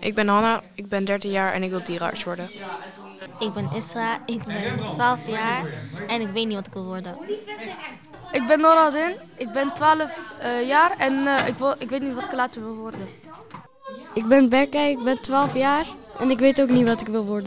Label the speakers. Speaker 1: Ik ben Hanna, ik ben 13 jaar en ik wil dierenarts worden.
Speaker 2: Ik ben Isra, ik ben 12 jaar en ik weet niet wat ik wil worden.
Speaker 3: Ik ben Noradin, ik ben 12 eh, jaar en eh, ik, wil, ik weet niet wat ik later wil worden.
Speaker 4: Ik ben Becca, ik ben 12 jaar en ik weet ook niet wat ik wil worden.